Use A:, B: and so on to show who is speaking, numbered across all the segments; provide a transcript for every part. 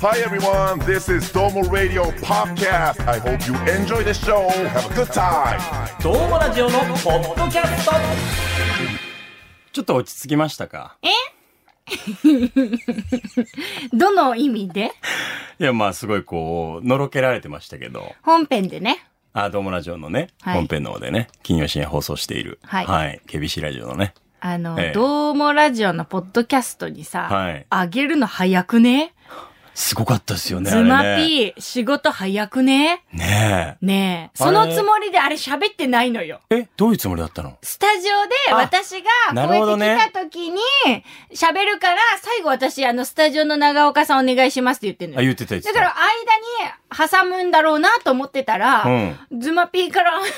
A: Hi everyone, this is Domo Radio Podcast. I hope you enjoy the show. Have a good time.
B: どうもラジオのポッドキャスト
C: ちょっと落ち着きましたか
D: どの意味で
C: いや、まあ、すごいこう、のろけられてましたけど、
D: 本編でね。
C: あ、どうもラジオのね、
D: はい
C: 本編の方でね、金曜深夜放送している、
D: はい
C: はい、KBC ラジオのね、
D: あの、
C: ええ
D: どうもラジオのポッドキャストにさ、
C: はい
D: あげるの早くね
C: すごかったですよね、
D: ズマ
C: あれね。
D: ピー、仕事早くね
C: ね
D: ねえ。
C: あれ
D: そのつもりであれ喋ってないのよ。
C: え。え、どういうつもりだったの
D: スタジオで
C: あ
D: 私が
C: な
D: こう
C: るほど
D: やっ
C: ね
D: て来た時に喋るから、最後私あのスタジオの長岡さんお願いしますって言ってん
C: あ、
D: のよ。
C: 言ってた言って
D: だ
C: た。
D: から間に挟むんだろうなと思ってたら、ズマピーから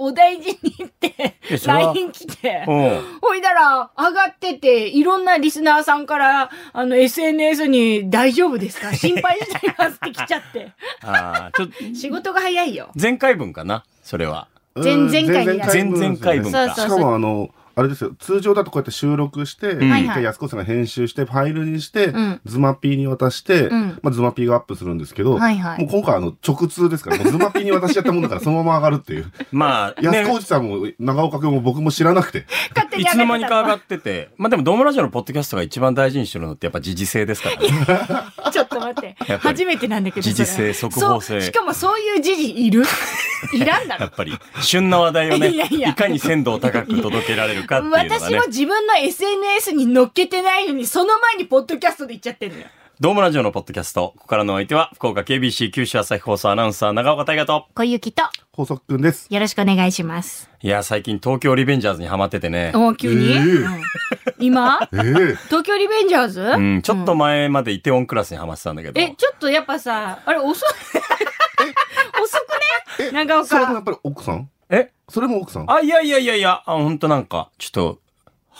D: お大事にって
C: えそれは
D: LINE 来て。
C: うん。うん。
D: ほいだら、上がってて、いろんなリスナーさんから、あの、SNS に大丈 夫ですか心配してますって来ちゃって。
C: ああ、ちょっと、
D: 仕事が早いよ。
C: 前回分かな、それは。
D: 前前々回になる
C: 前々回分
D: そ
C: か。
D: うそう
E: しかもあの、あれですよ、通常だとこうやって収録して、一
D: はいはい
E: 回安子さんが編集して、ファイルにして
D: ん、
E: ズマピーに渡して、
D: ん
E: まあズマピーがアップするんですけど、もう
D: はいはい
E: 今回あの、直通ですから、もうズマピーに渡しちゃったもんだから、そのまま上がるっ ていう。
C: まあ、
E: 安
C: ね
E: 子お、じさんも、長岡君も僕も知らなくて。
D: 勝手
C: い
D: に上がっ
C: つ
D: てた
C: の間にか上がってて、まあでも、ドームラジオのポッドキャストが一番大事にしてるのってやっぱ時事性ですからね。
D: ちょっと待って
C: ぱり。
D: 初めてなんだけど。
C: 時事
D: そ
C: 性
D: れ
C: 速報性
D: そうしかもそういう時 事いるいらんだ
C: や
D: ろ
C: っ。ぱり、旬な話題をね、
D: いやいや
C: かに鮮度を高く届けられるかっていうのが
D: 私
C: ね
D: も、自分の SNS に乗っけてないのに、その前にポッドキャストで言っちゃってんのよ。
C: ドームラジオのポッドキャスト、ここからのお相手は、福岡 KBC 九州朝日放送アナウンサー、長岡大和と。
D: 小雪と、
E: 法則君です。
D: よろしくお願いします。
C: いや、最近東京リベンジャーズにハマっててね、
D: お急に、
E: ええ
D: うん今
E: ええ
D: 東京リベンジャーズう
C: うん、ちょっと前までイテウォンクラスにハマってたんだけど、
D: え、ちょっとやっぱさ、あれ遅い。遅くね長
E: それもや
D: 岡。
E: っぱり奥さん
C: え
E: それも奥さん
C: あ、いやいやいやいや、あ、ほんとなんか、ちょっと、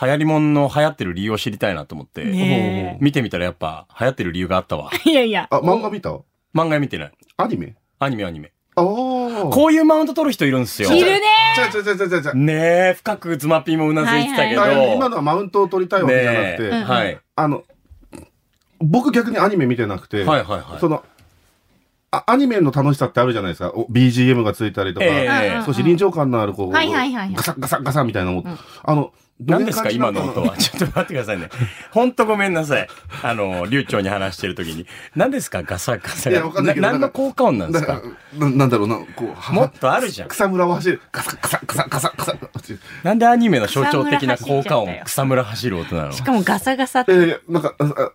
C: 流行りもんの流行ってる理由を知りたいなと思って、
D: ね
C: 見てみたらやっぱ、流行ってる理由があ ったわ。
D: え。いやいや。
E: あ、漫画見た
C: 漫画見てない。
E: アニメ
C: アニメアニメ。
E: ああ。
C: こういうマウント取る人いるんですよ。
D: いるね
E: ちゃちゃちゃちゃちゃちゃ。
C: ねえ、深くズマピーもうなずいてたけど、
E: あ今のはマウントを取りたいわけじゃなくて、
C: ねえはい。
E: あの、僕逆にアニメ見てなく
C: は
E: て、
C: いはいはい
E: その、あアニメの楽しさってあるじゃないですか。お BGM がついたりとか、
C: ええ
E: 少し臨場感のある、こう、
D: はいはいはいはい
E: ガサッガサッガサッみたいなもん、あの、どう
C: 何
E: いう
C: ですか
E: 感じな
C: 今の音
E: か
C: は。 ちょっと待ってくださいね。ほんとごめんなさい。あの、流暢に話してる時に。何ですかガサガサ
E: いやわかんないけど
C: 何の効果音なんで
E: な
C: す
E: だ
C: か
E: から ななんだろうな、こう、は
C: もっとあるじゃん。
E: 草むらを走る。ガサッガサッガサッガサッガサッっていう。
C: なんでアニメの象徴的な効果
D: 草むら走っちゃ
C: 音草むら走る
D: ったよ、
C: 音なの
D: しかもガサガサって。
E: ええなんかああ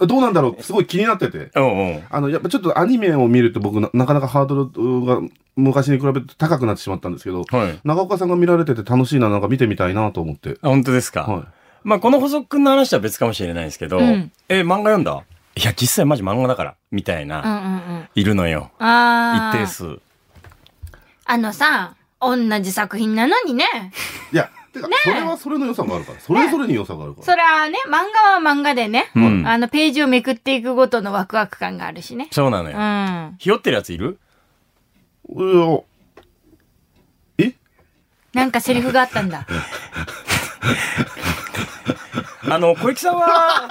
E: あどうなんだろうすごい気になってて。
C: うんうん。
E: あの、やっぱちょっとアニメを見ると僕な、なかなかハードルが昔に比べて高くなってしまったんですけど、
C: はい
E: 長岡さんが見られてて楽しいな、なんか見てみたいなと思って。
C: あ、本当ですか、
E: はい
C: まあ、この補足の話とは別かもしれないですけど、
D: ん
C: え、漫画読んだいや、実際マジ漫画だから、みたいうな、
D: んうんうん。
C: いるのよ。
D: あ
C: 一
D: ー
C: 定数。
D: あのさ、同じ作品なのにね。
E: いや、てか、それはそれの良さがあるから。それぞれに良さがあるから。
D: そりゃね、漫画は漫画でね、
C: うん
D: あの、ページをめくっていくごとのワクワク感があるしね。
C: そうなの
D: う
C: よ。
D: ん。
C: ひよってるやついる
E: いやえ
D: なんかセリフがあったん だ。
C: あの、小雪さん は、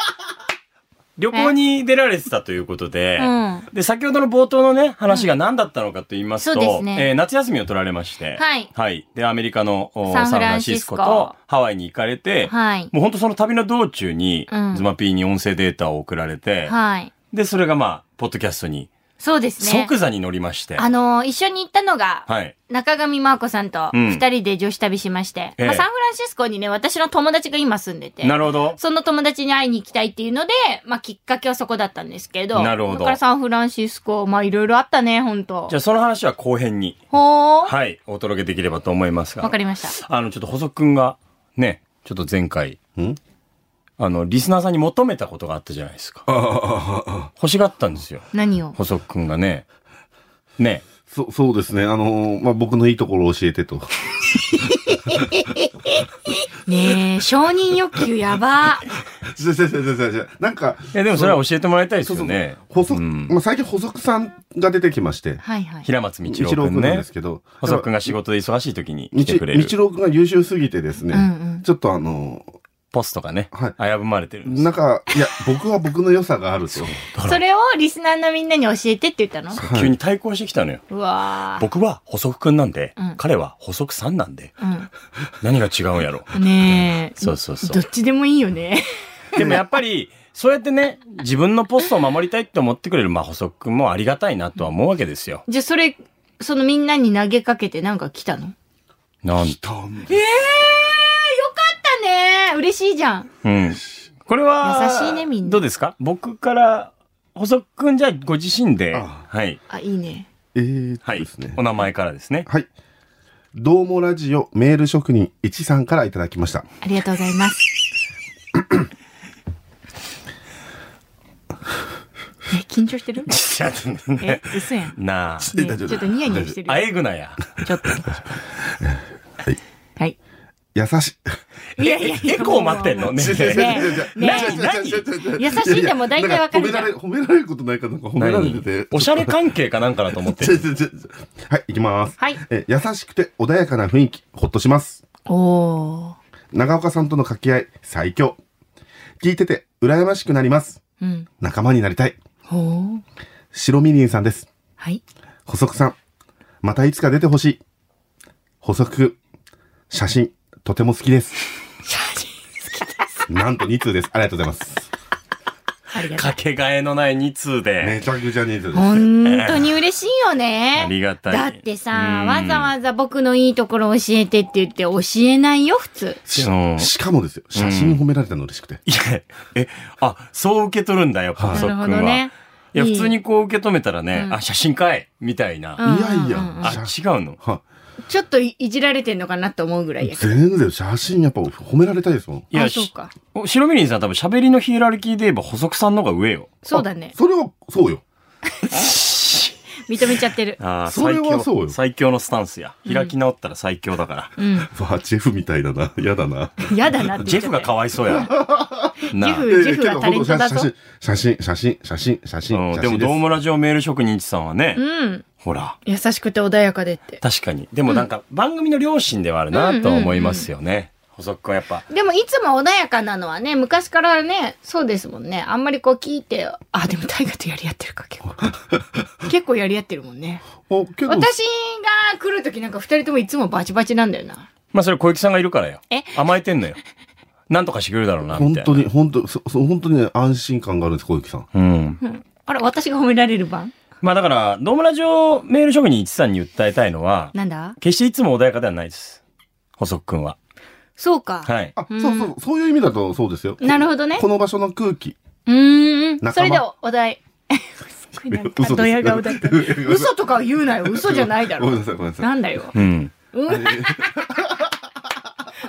C: 旅行に出られてたということで、
D: うん
C: で、先ほどの冒頭のね、話が何だったのかと言いますと、
D: そうですね
C: えー夏休みを取られまして、
D: はい
C: で、アメリカのおサ
D: サン
C: ン
D: フ
C: フラ
D: ラ
C: ン
D: ン
C: シ
D: シ
C: ス
D: ス
C: コ
D: コ
C: とハワイに行かれて、
D: はい
C: もう本当その旅の道中に、
D: うん
C: ズマピーに音声データを送られて、
D: はい。
C: で、それがまあ、ポッドキャストに、
D: そうですね。
C: 即座に乗りまして、
D: あのー一緒に行ったのが、
C: はい。
D: 中上真亜子さんと
C: うん
D: 二人で女子旅しまして、
C: ええ
D: まあ、サンフランシスコにね、私の友達が今住んでて、
C: なるほど。
D: その友達に会いに行きたいっていうので、まあ、きっかけはそこだったんですけど、
C: なるほど
D: だからサンフランシスコ、まあ、いろいろあったね、ほんと
C: じゃ。あその話は後編に、
D: ほー。
C: はい、お届けできればと思いますが。
D: わかりました。
C: あの、ちょっと細くんが、ね、ちょっと前回
E: ん、
C: あの、リスナーさんに求めたことがあったじゃない ですか。欲しがったんですよ。
D: 何を
C: 細くんがね。ね。
E: そ、そうですね。あのーまあ、僕のいいところを教えてと。
D: ねえ、承認欲求や ば。
E: 違う違う違う違う違うなんか、
C: いや、でもそれは教えてもらいたいです
E: そうそ
C: よ
E: う
C: ね。
E: 補足、
C: うん
E: まあ、最近補足さんが出てきまして、
D: はいはい。
C: 平松道
E: 一
C: 郎
E: 郎
C: くん
E: 君なん
C: ね
E: です。けど、
C: 細くんが仕事で忙しい時に来
E: 日
C: てくれる。
E: 郎君が優秀すぎてですね、
D: うんうん
E: ちょっとあの
C: ポストがね、
E: はい
C: 危ぶまれてるんです
E: なんか、いや、僕は僕の良さがあると。
D: それをリスナーのみんなに教えてって言ったの
E: はい
C: 急に対抗してきたのよ。
D: うわー
C: 僕は補足くんなんで、
D: うん
C: 彼は補足さんなんで、何が違うんやろ。
D: うん。ねえ。
C: そうそうそう
D: どっちでもいいよね。
C: でもやっぱり、そうやってね、自分のポストを守りたいって思ってくれる、まあ補足くんもありがたいなとは思うわけですよ。
D: じゃあそれ、そのみんなに投げかけてなんか来たの
C: なん
D: ええー、よかったね嬉しいじゃん。
C: うん。これは、
D: 優しいねみんな
C: どうですか僕から、補足くんじゃあご自身で、
E: あ
C: はい、
D: あ、いいね。
E: えー、
C: はい、
E: ですね
C: お。名前からです ね。
E: はい。どうもラジオメール職人1さんからいただきました。
D: ありがとうございます。え、緊張してるえ、嘘やん。
C: なあ、
D: ねちょっとニヤニヤしてる。
C: あえぐなや。
D: ちょっと。はい。
E: 優し
D: いやいやいや
C: エコー待ってん のね
E: い。
C: え
D: ねえねえ優しいでも大体わかるじゃん
E: なんか褒められ、褒められることないかなんか褒められてて
C: 何。おしゃれ関係かなんかだと思 って
E: ちょ
C: る。
E: ちょちょちょはい、いきます。
D: はい
E: え優しくて穏やかな雰囲気、ほっとします。
D: おー。
E: 長岡さんとの掛け合い、最強。聞いてて、羨ましくなります。
D: うん。
E: 仲間になりたい。
D: ほー。
E: 白みりんさんです。
D: はい。
E: 補足さん。またいつか出てほしい。補足。写真、とても好きです。
D: 写真好きです。
E: なんと2通です。ありがとうございます。
D: ありがと
C: かけがえのない2通で。
E: めちゃくちゃ2通
D: う。
E: です。
D: 本当に嬉しいよね。
C: ありがたい
D: だってさ
C: う、ん
D: わざわざ僕のいいところ教えてって言って教えないよ、普通。
E: し
C: うん
E: しかもですよ、写真褒められたの嬉しくて。
C: いや、え、あ、そう受け取るんだよ、補
E: はい
C: 足くん
D: なるほど
C: は。
D: ね
C: いや、
D: いい
C: 普通にこう受け止めたらね
D: う、ん
C: あ、写真かいみたいな。
D: うん
E: いやい
D: うん
E: や、
C: あ、
E: 写
C: 違うの
E: は
D: ちょっといいじられてんのかなと思うぐらいやけど。
E: 全然写真やっぱ褒められたいですもん。
C: いや、
D: あそう
C: し
D: か
C: お白みりんさん多分喋りのヒエラルキーで言えば補足さんの方が上よ。
D: そうだね。
E: それは、そうよ。
D: 認めちゃってる。
C: ああ、
E: それ
C: 最
E: はそう
C: 強。
E: よ
C: 最強のスタンスや。開き直ったら最強だから。
D: うん。
E: わあ、ジェフみたいだな。やだな。
D: 嫌だなって
C: ジ
D: 言
C: ェフ
D: っちゃった
C: が
D: よ
C: かわいそう や。なあ
D: ジェフはタレントだぞ
E: 写真、写真、写真、写真、写真。
C: う
E: 写
C: ん、
E: 真
C: でも、ドー
E: す
C: ムラジオメール職人さんはね、
D: うん。
C: ほら、
D: 優しくて穏やかでって。
C: 確かに。でもなんか、番組の両親ではあるなとは思いますよね。補足君はやっぱ。
D: でもいつも穏やかなのはね、昔からね、そうですもんね。あんまりこう聞いて、あ、でも大河とやり合ってるか、結 構。結構やり合ってるもんね。
E: お結構
D: 私が来るときなんか二人ともいつもバチバチなんだよな。
C: まあ、それ小雪さんがいるからよ
D: え。
C: 甘えてんのよ。なんとかしてくれるだろうな、み
E: 本
C: たいな。
E: 当に、本当そそう本当にね安心感があるんです、小雪さん。
C: うん。
D: あら、私が褒められる番
C: まあ、だから、ドームラジオメール職人一さんに訴えたいのは、
D: なんだ
C: 決していつも穏やかではないです。補足君は。
D: そうか。
C: はい。
E: あ、そうそう、そういう意味だとそうですよ。
D: なるほどね
E: こ。の場所の空気。
D: うーん。
E: 仲間
D: それでおお題。すごいなんか
E: 嘘です
D: ドヤ顔だった。嘘とかは言うなよ。嘘じゃないだ
E: ごめ
D: ろ
E: んな。さい、ごめんなさい。
D: なんだよ。
C: うん。
D: うん。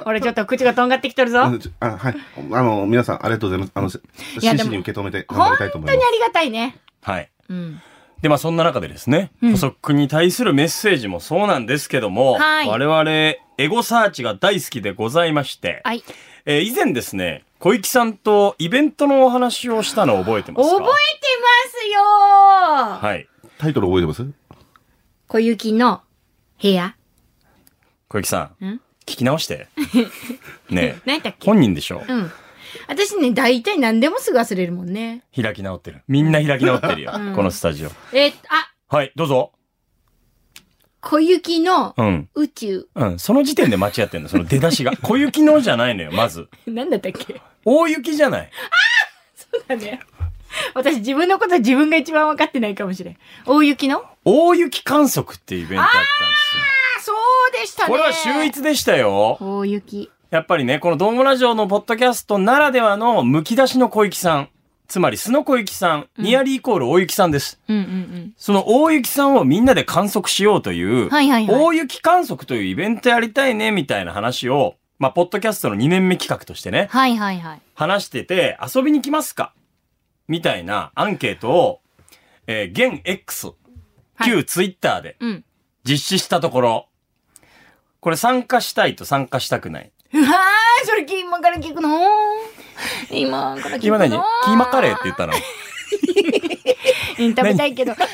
D: 俺ちょっと口がとんがってきとるぞ。
E: ちょあはい。あの、皆さん、ありがとうございます。あの、し
D: いや
E: 真
D: でも
E: 摯に受け止めて頑張
D: 本
E: りたいと
D: 当
E: 思
D: に
E: い
D: あ
E: ます。
D: りがたいね。
C: はい。
D: うん。
C: で、まあそんな中でですね、補足君に対するメッセージもそうなんですけども、
D: はい
C: 我々、エゴサーチが大好きでございまして、
D: はい。
C: えー以前ですね、小池さんとイベントのお話をしたのを覚えてますか
D: 覚えてますよー、
C: はい。
E: タイトル覚えてます
D: 小雪の部屋。
C: 小池さん、
D: ん
C: 聞き直 して。ねえ、
D: 何だっけ
C: 本人でしょ、
D: うん。私ね、大体何でもすぐ忘れるもんね。
C: 開き直ってる。みんな開き直ってるよ、
D: うん
C: このスタジオ。
D: えーあ、
C: はい、どうぞ。
D: 小雪の
C: うん。
D: 宇宙。
C: うん。その時点で間違ってんの、その出だしが。小雪のじゃないのよ、まず。
D: 何だったっけ
C: 大雪じゃない。
D: そうだね。私自分のこと自分が一番分かってないかもしれん。大雪のあ、
C: 大雪観測っていうイベントあったんですよ。
D: そうでしたね。
C: これは秀。逸でしたよ。
D: 大雪。
C: やっぱりね、このドームラジオのポッドキャストならではのむき出しの小雪さん。つまり、素の小雪さん、ニアリーイコール大雪さんです。
D: うんうんうん。
C: その大雪さんをみんなで観測しようという、
D: はいはいはい
C: 大雪観測というイベントやりたいね、みたいな話を、まあ、ポッドキャストの2年目企画としてね、
D: はいはいはい。
C: 話してて、遊びに来ますかみたいなアンケートを、えー現 X、
D: はい
C: 旧 Twitter で
D: うん。
C: 実施したところ、これ参加したいと参加したくない。
D: うわー、それ今から聞くの今から聞くの
C: 今何キーマカレーって言ったの
D: うん食べたいけど。えー、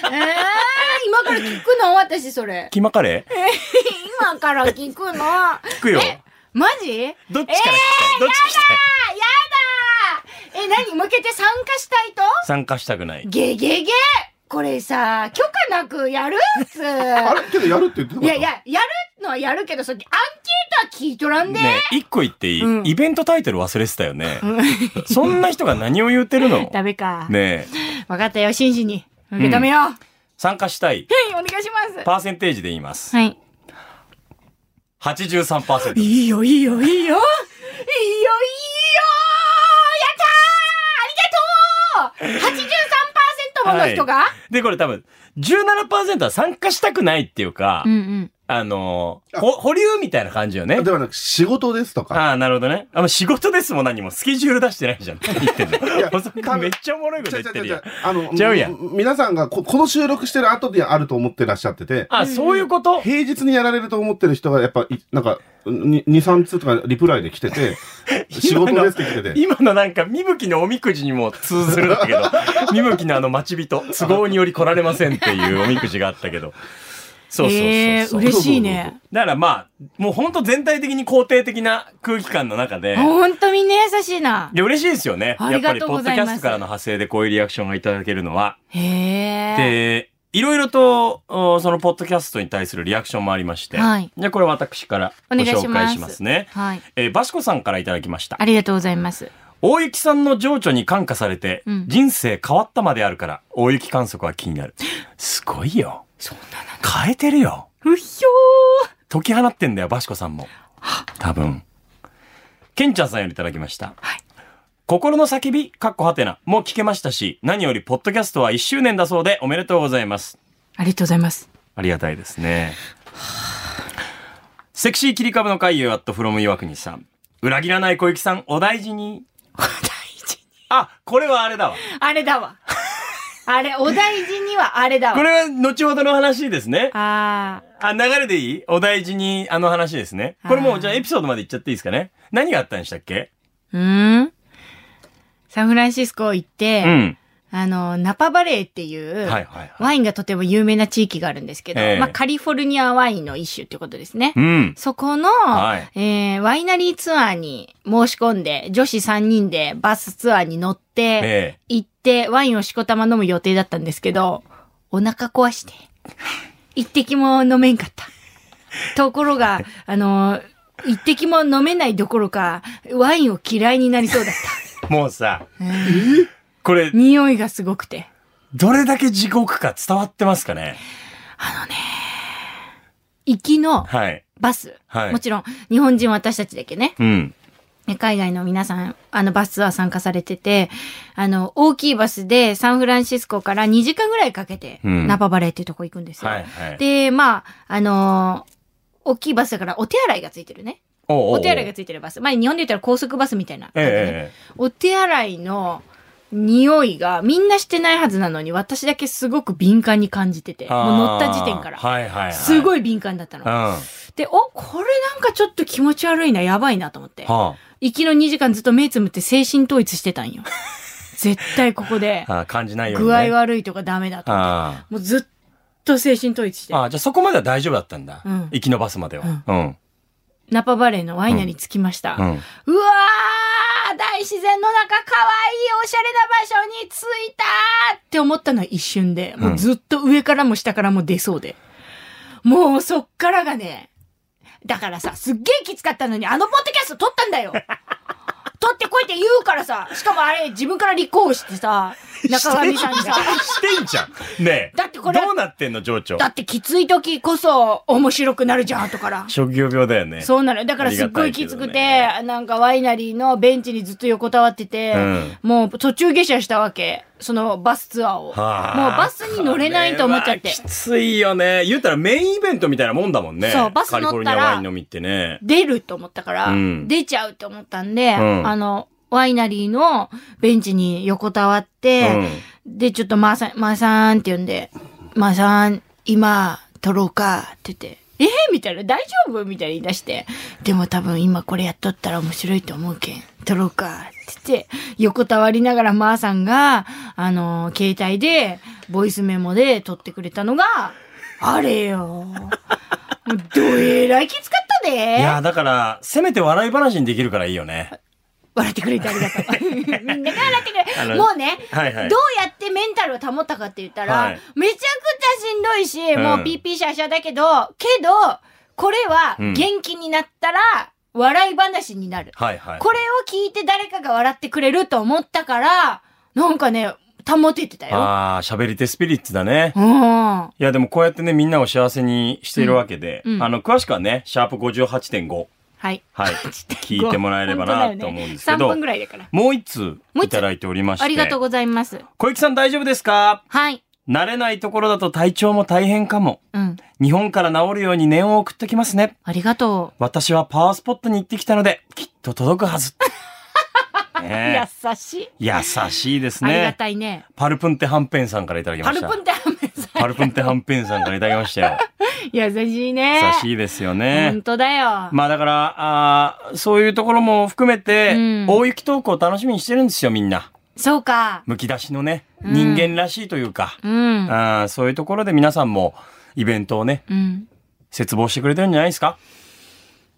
D: 今から聞くの私それ。
C: キーマカレー
D: 今から聞くの
C: 聞くよ。
D: マジ
C: どっちから聞きたい、どっち聞きたい参加したくない。
D: ゲゲゲこれさ、許可なくやるっ す。
E: あれけどやるって言ってなか
D: い
E: っ
D: やい
E: た
D: や、やるのはやるけど、それアンケートは聞いとらんで。
C: ねえ一個言っていい、
D: うん
C: イベントタイトル忘れてたよね。そんな人が何を言ってるの
D: ダメか。
C: ねえ
D: 分かったよ、真摯に。受け止めよう。
C: 参加したい。
D: はい、お願いしま。
C: パーセンテージで言いますす。
D: はい。い
C: 83%。
D: いよ、いいよ、いいよ。いいよ、いいよやったーありがとう !83% もの人が、
C: で、これ多分、17%は参加したくないっていうか、
D: うんうん。
C: あのーほ保留みたいな感じよね。
E: ではなく、仕事ですとか。
C: ああ、なるほどね。あの、仕事ですも何も、スケジュール出してないじゃん。何言ってん
E: いや
C: の。細
E: 多
C: く
E: 分
C: めっちゃおもろいこと
E: 違う
C: 言ってる
E: 違う違
C: よ
E: う。あの、
C: ちゃうやん
E: み皆さんがこ、この収録してる後であると思ってらっしゃってて、
C: あ、そういうこと
E: 平日にやられると思ってる人が、やっぱい、なんか、に2、3通とかリプライで来て て、仕事ですって来てて。
C: 今のなんか、みぶきのおみくじにも通ずるんだけど、みぶきのあの待ち人、都合により来られませんっていうおみくじがあったけど。そうそうそうそう。
D: えー、嬉しいね。
C: だからまあ、もうほんと全体的に肯定的な空気感の中で、
D: ほんとみんな優しいな。
C: で、嬉しいですよね。
D: あ
C: やっ
D: り
C: ぱ
D: が
C: り、
D: とう
C: ポッ
D: ご
C: ドキ
D: ざいます
C: ャストからの派生でこういうリアクションがいただけるのは。
D: へえ。
C: で、いろいろと、おそのポッドキャストに対するリアクションもありまして、
D: はい
C: じゃあこれ私からご
D: お願いします
C: 紹介しますね。
D: はい。
C: えーバシコさんからいただきました
D: あ。りがとうございます。
C: 大雪さんの情緒に感化されて、
D: うん
C: 人生変わったまであるから、大雪観測は気に なる。すごいよ。
D: そんなの。
C: 変えてるよ。
D: うひょー。
C: 解き放ってんだよ、バシコさんも。多分。ケンちゃんさんよりいただきました。心の叫び、かっこはてな、もう聞けましたし、何よりポッドキャストは1周年だそうでおめでとうございます。
D: ありがとうございます。
C: ありがたいですね。セクシー切り株の回遊アットフロム岩国さん。裏切らない小雪さん、お大事に。
D: お大事に。
C: あ、これはあれだわ。
D: あれだわ。あれ、お大事にはあれだわ。
C: これは後ほどの話ですね。
D: あー。
C: あ、流れでいいお大事に、あの話ですね。これもう、じゃあエピソードまでいっちゃっていいですかね。何があったんでしたっけ
D: うーん。サンフランシスコ行って、
C: うん。
D: あの、ナパバレーっていう、
C: はいはいはい。
D: ワインがとても有名な地域があるんですけど、
C: ええ
D: まあ、カリフォルニアワインの一種ってことですね。
C: うん。
D: そこの、
C: はい
D: えーワイナリーツアーに申し込んで、女子3人でバスツアーに乗って、
C: ええ。
D: 行って、ワインをしこたま飲む予定だったんですけど、お腹壊して、一滴も飲めんかった。ところが、あの、一滴も飲めないどころか、ワインを嫌いになりそう だった。
C: もうさ、これ、
D: 匂いがすごくて。
C: どれだけ地獄か伝わってますかね
D: 行きの
C: はい。
D: バス。
C: はい
D: もちろん、日本人は私たちだけね。
C: うん。
D: ね海外の皆さん、あのバスツアー参加されてて、あの、大きいバスでサンフランシスコから2時間ぐらいかけて、
C: うん
D: ナパバレーっていうとこ行くんですよ。
C: はいはい。
D: で、まあ、あのー大きいバスだからお手洗いがついてるね。
C: おうおう
D: お手洗いがついてるバス。まあ、日本で言ったら高速バスみたいな感じね、
C: ええ
D: お手洗いの匂いがみんなしてないはずなのに、私だけすごく敏感に感じてて、
C: あー
D: もう乗った時点から。
C: はいはいはい。
D: す
C: い。
D: ごい敏感だったの
C: うん。。は
D: で、お、これなんかちょっと気持ち悪いな、やばいなと思って。
C: あ
D: 行きの2時間ずっと目つむって精神統一してたんよ。絶対こ こで、
C: ああ。感じないように、
D: 具
C: ね。
D: 合。悪いとかダメだと。
C: あ
D: もうずっと精神統一して
C: あ。。ああ、じゃあそこまでは大丈夫だったんだ。
D: うん
C: 生き延ばすまでは。うん。
D: ナパバレーのワイナに着きました。う
C: うん。
D: わー大自然の中可愛いおしゃれな場所に着いたーって思ったのは一瞬で、もうずっと上からも下からも出そうで。もうそっからがね、だからさ、すっげえきつかったのに、あのポッドキャスト撮ったん だよ撮ってこいって言うからさ、しかもあれ自分から立候補してさ、中上さんにさ、
C: してんじゃん。ねえ。
D: だってこれ
C: どうなってんの、情緒
D: だ。ってきつい時こそ面白くなるじゃんとから。
C: 職業病だよね。
D: そうなのよだからすっごいきつ
C: あ
D: く
C: りが
D: て、
C: た
D: なんかワイナリーのベンチにずっと横たわってて、
C: うん
D: もう途中下車したわけ。そのバスツアーを。もう
C: はあ
D: バスに乗れないと思っち
C: こ
D: ゃっ
C: れ
D: て
C: は。きついよね。言ったらメインイベントみたいなもんだもんね。
D: そうバス
C: カリ
D: 乗ったら
C: フォルニアワイン飲みってね。
D: 出ると思ったから、
C: うん
D: 出ちゃうと思ったんで、
C: うん
D: あの、ワイナリーのベンチに横たわっ
C: う
D: て、
C: ん。
D: で、ちょっとマーさん、マーさんって呼んで、マーさん、今、撮ろうか、って言って。えー、みたいな、大丈夫みたいに言い出して。でも多分今これやっとったら面白いと思うけん。撮ろうか、って言って、横たわりながらマーさんが、あのー携帯で、ボイスメモで撮ってくれたのが、あれよ。もうどえらいきつかったで。
C: いや、だから、せめて笑い話にできるからいいよね。
D: 笑ってくれてありがとう。 みんなが笑って
C: あ
D: くれ。
C: の
D: もうね、
C: はいはい
D: どうやってメンタルを保ったかって言ったら、
C: はい
D: めちゃくちゃしんどいし、
C: うん
D: もうピーピーシャーシャーだけど、けど、これは
C: うん
D: 元気になったら、笑い話になる。
C: はいはい。
D: これを聞いて誰かが笑ってくれると思ったから、なんかね、保ててたよ。
C: ああ、喋り手スピリッツだね。
D: うん。
C: いや、でもこうやってね、みんなを幸せにしているわけで、
D: うんうん
C: あの、詳しくはね、シャープ58.5。
D: はい。
C: はい。聞いてもらえればなと思うんですけ
D: 3
C: ど、
D: 分ぐらいだから。
C: もう一通
D: もう
C: い
D: 一通
C: ただいておりまして。
D: ありがとうございます。
C: 小雪さん大丈夫ですか
D: はい。
C: 慣れないところだと体調も大変かも。
D: うん。
C: 日本から治るように念を送ってきますね。
D: ありがと
C: 私はパワースポットに行ってきたので、きっと届くは ず。
D: う。
C: ねえ
D: 優しい。
C: 優しいです
D: ありが
C: ね。
D: たいね。
C: パルプンテハンペンさんからいただき
D: パ
C: まし
D: ル
C: た。
D: プンテハメさ
C: パルプンテハンペンさんからいただきました よ。
D: ん。優しいね。
C: 優しいですよね
D: 本。当だよ。
C: まあだから、あーそういうところも含めて、
D: うん
C: 大雪トークを楽しみにしてるんですよ、みんな。
D: そうか。
C: むき出しのね、
D: うん
C: 人間らしいというか、
D: うん。
C: あーそういうところで皆さんもイベントをね、
D: うん。
C: 切望してくれてるんじゃないですか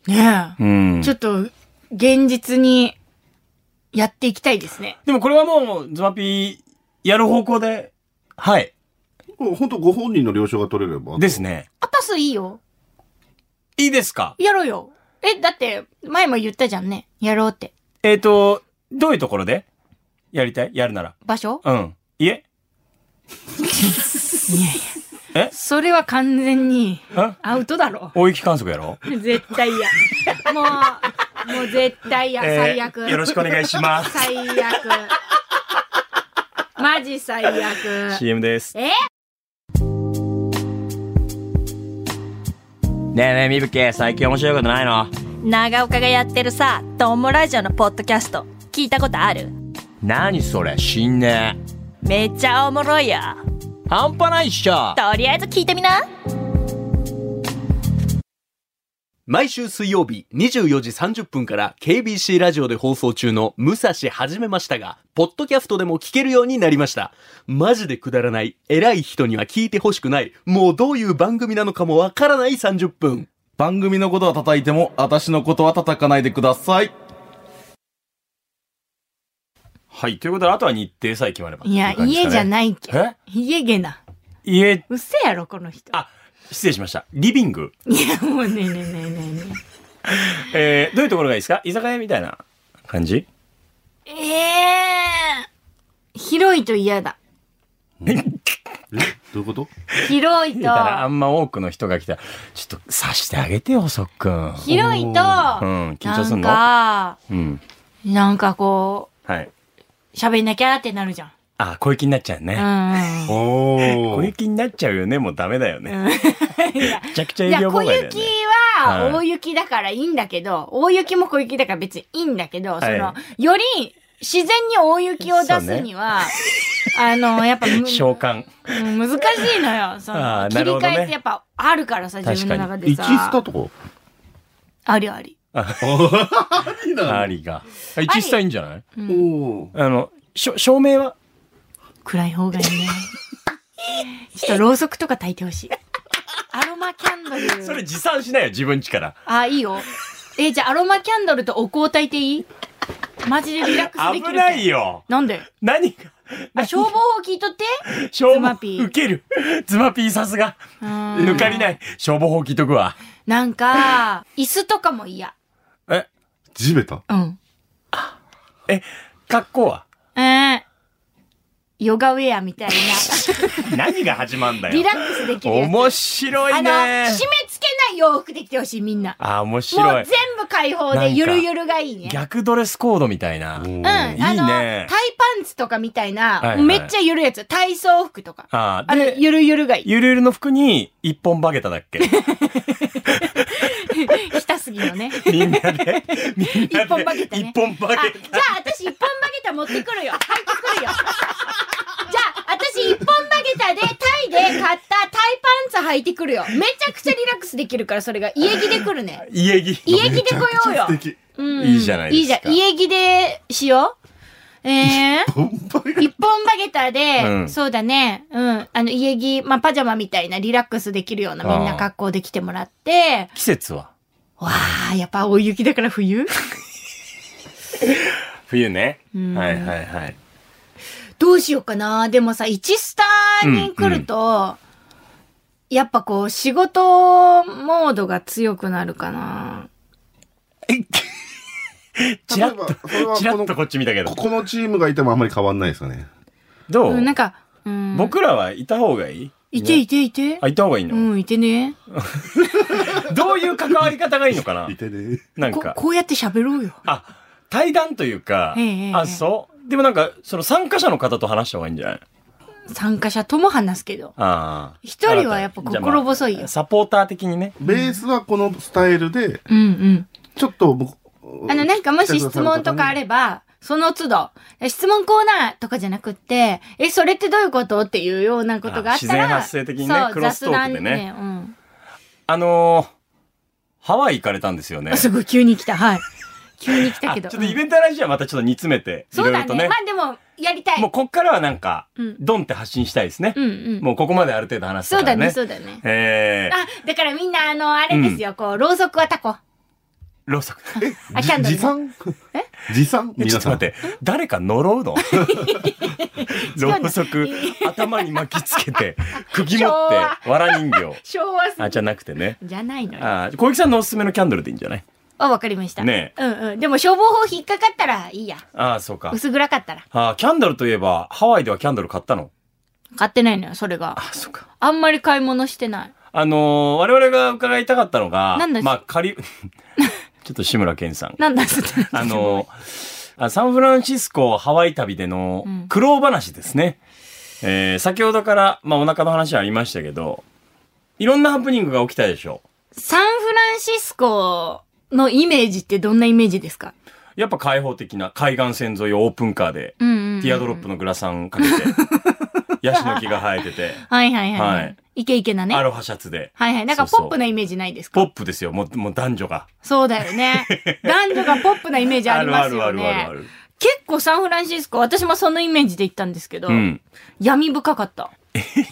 D: ね
C: う
D: え。
C: ん
D: ちょ。っと、現実に、やっていきたいですね。
C: でもこれはもう、ズマピー、やる方向で、はい、
E: 本当ご本人の了承が取れれば。
C: ですね。
D: あパスいいよ。
C: いいですか
D: やろうよ。え、だって、前も言ったじゃんね。やろうって。
C: えっ、と、どういうところでやりたいやるなら。
D: 場所
C: うん。いえ
D: いやいや。
C: え
D: それは完全に、
C: ん
D: アウトだろ。
C: 大雪観測やろ
D: 絶対嫌。もう、もう絶対嫌。
C: えー
D: 最悪。
C: よろしくお願いします。
D: 最悪。マジ最 悪。
C: CM です。
D: え
C: ねえねえ、みぶけ、最近面白いことないの
F: 長岡がやってるさ、トンボラジオのポッドキャスト、聞いたことある
C: 何それ、死んね
F: めっちゃおもろいよ。
C: え。半端ないっしょ
F: とりあえず聞いてみな。
G: 毎週水曜日24時30分から KBC ラジオで放送中の武蔵始めましたが、ポッドキャストでも聞けるようになりました。マジでくだらない、偉い人には聞いてほしくない、もうどういう番組なのかもわからない30分。
H: 番組のことは叩いても、私のことは叩かないでください。
C: はい、ということで、あとは日程さえ決まれば。
D: いや、家じゃ
C: い。
D: ないけ
C: え
D: ん。家げな。
C: 家、
D: うっせやろ、この人。
C: あ失礼しました。リビング。
D: いや、もうねえねえねえね
C: えー、どういうところがいいですか居酒屋みたいな感じ
D: えねえ。えー、広いと嫌だ。
E: えどういうこと
D: 広い
C: だ
D: と
C: か、らあんま多くの人が来たら、ちょっと刺してあげてよ、そっくん。
D: 広いと、
C: うん、緊張す
D: なんん
C: の
D: か、
C: うん。
D: なんかこ
C: はい。
D: う、喋んなきゃってなるじゃん。
C: あ、小雪になっちゃうね。
D: う
E: お
C: 小
E: ー。
C: 雪になっちゃうよね、もうダメだよね。
D: ん。いや
C: めちゃくちゃ
D: い
C: 営
D: や、
C: 業妨
D: 小
C: 害だよね。
D: 雪は大雪だからいいんだけど、大雪も小雪だから別にいいんだけど、
C: はい
D: その、より自然に大雪を出すには、あの、やっぱ む、
C: 召喚。
D: うん難しいのよ。そ
C: あー
D: の、切
C: なる
D: り
C: ほどね
D: 替えってやっぱあるからさ、
C: 確かに
D: 自分の中で
E: 一
D: さ。
E: スタとか
D: ありあり。
C: ありが。あ一したいいんじゃない
E: おー
C: あの、しょ照明は
D: 暗い方がいい ね。ちょっとろうそくとか焚いてほしい。アロマキャンドル。
C: それ持参しないよ、自分家から。
D: あ、いいよ。え、じゃあアロマキャンドルとお香焚いていいマジでリラックスで
C: 危
D: きるけん
C: ないよ。
D: なんで
C: 何が、
D: あ、消防法聞いとって。
C: 消
D: ズ
C: 防
D: マピー
C: 受ける。ズマピーさすが。
D: うーん
C: 抜かりない。消防法聞いとくわ。
D: なんか、椅子とかも嫌。
C: え、
E: 地べた
D: うん。
C: え、格好は
D: えー、ヨガウェアみたい
C: 何が始まんだ
D: な。
C: よ。
D: リラックスできるや つ。
C: 面白
D: あ
C: い
D: の、
C: ね
D: 締め。付けない洋服できてほしい、みんな。
C: ああ、面
D: もう
C: 白
D: 全
C: い。
D: 部開放
C: なんか
D: で、ゆるゆるがいいね。
C: 逆ドレスコードみたいな。
D: うん。あの、
C: いい
D: タ
C: ね
D: イパンツとかみたいな、
C: はいはい
D: めっちゃゆるいやつ。体操服とか。あ
C: ああ、で
D: の、、ゆるゆるがいい。
C: ゆるゆるの服に一本バゲタだっけ
D: ひたすぎのね。
C: みんなで、みんなで。
D: 一本バゲタね
C: 一本バゲ
D: あ、じゃあ私一本バゲタ持ってくるよ。買ってくるよ。 じゃあ私一本バゲタでタイで買ったタイパンツ履いてくるよ。めちゃくちゃリラックスできるからそれが家着で来るね。
C: タ。家着。
D: 家着で来ようよ。
E: 敵。
D: うん
C: いいじゃないですか
D: いいじゃん。家着でしよう。えー、一本バゲタで、
C: うん
D: そうだね。うん。あの、家着、まあ、パジャマみたいなリラックスできるようなみん
C: あ
D: な
C: ー
D: 格好で来てもらって、
C: 季節は
D: わあ、やっぱ大雪だから冬
C: 冬ね。
D: うん
C: はいはいはい。
D: どうしようかな。でもさ、1スターに来ると、やっぱこう、仕事モードが強くなるかな。
C: チラッ
E: 例えばそれは
C: と、チラッとこっち見たけ
E: こ
C: ど。
E: このチームがいてもあんまり変わんないですよね。
C: ど
D: う、
C: うん
D: なんか、うん、
C: 僕らはいた方がいい
D: いていていて
C: あ、。いた方がいいうの
D: ん、いてね。
C: どういう関わり方がいいのか ない
E: てね。
C: なん
D: こ
C: か。
D: こうやって喋ろうよ。
C: あ、対談というか
D: ええええ、
C: あ、そう。でもなんか、その参加者の方と話した方がいいんじゃない
D: 参加者とも話すけど。
C: ああ。
D: 一人はやっぱ心細い
C: じ
D: よ
C: ゃあまあサポーター的にね。
E: ベースはこのスタイルで、
D: うんうん。
E: ちょっと僕、
D: あの、なんかもし質問とかあれば、その都度、質問コーナーとかじゃなくって、え、それってどういうことっていうようなことがあったら、
C: あ自然発生的にね
D: そう
C: クロストークでね
D: 雑談にうん
C: あのー、ハワイ行かれたんですよね。
D: あ、すごい急に来た。はい。急に来た
C: あ
D: け
C: ちょ
D: ど。
C: っとイベントの話はまたちょっと煮詰めて、い
D: うんそ
C: ろ
D: う
C: い
D: だ
C: ろと
D: ね。
C: ね
D: ま。あでも、やりたい。
C: もうこっからはなんか
D: ん、
C: ドンって発信したいですね
D: う。んうん。
C: もうここまである程度話した
D: そ
C: か
D: うだ
C: ら
D: ね、
C: ね。
D: そうだね。
C: えー、
D: あ、だからみんな、あの、あれですよ、こう、ろうそくはタコ。あ、
C: ろうそく。え、
D: キャンドル
E: 持
D: ね。
E: 参持参
C: ちょ
E: 皆
C: っと
E: さ
C: 待っ
E: ん。
C: て、誰か呪 うのろうそく、頭に巻きつけ て、釘持
D: 昭
C: っ
D: 和
C: て、わら人形。
D: 昭和す
C: あ、じゃなくてね。
D: じゃないのよ。
C: あー小雪さんのおすすめのキャンドルでいいんじゃない
D: あ、わかりました。
C: ね
D: うんうん。でも、消防法引っかかったらいいや。
C: ああ、そうか。
D: 薄暗かったら。
C: あーキャンドルといえば、ハワイではキャンドル買ったの
D: 買ってないのよ、それが。
C: あ、そうか。
D: あんまり買い物してない。
C: あのー我々が伺いたかったのが、
D: なんだ
C: まあ、仮、 ちょっと志村けん さん。
D: なんだっつって。
C: あのーあサンフランシスコ、ハワイ旅での苦労話ですね。えー先ほどから、まあ、お腹の話ありましたけど、いろんなハプニングが起きたでしょ
D: サンフランシスコのイメージってどんなイメージですか
C: やっぱ開放的な海岸線沿いをオープンカーで、
D: うんうんうん。
C: ティアドロップのグラサン かけて、ヤシの木が生えてて、
D: はいはいはい。
C: はい
D: イケイケなね。
C: ア
D: は
C: ロハシャツで。
D: いはい。なん
C: そ
D: か
C: う
D: ポ
C: そう
D: ップなイメージないですか
C: ポップですよ、もう、もう男女が。
D: そうだ よね。男女がポップなイメージありますよね。
C: る。
D: 結構サンフランシスコ、私もそのイメージで行ったんですけど、
C: うん。
D: 闇深かった。っ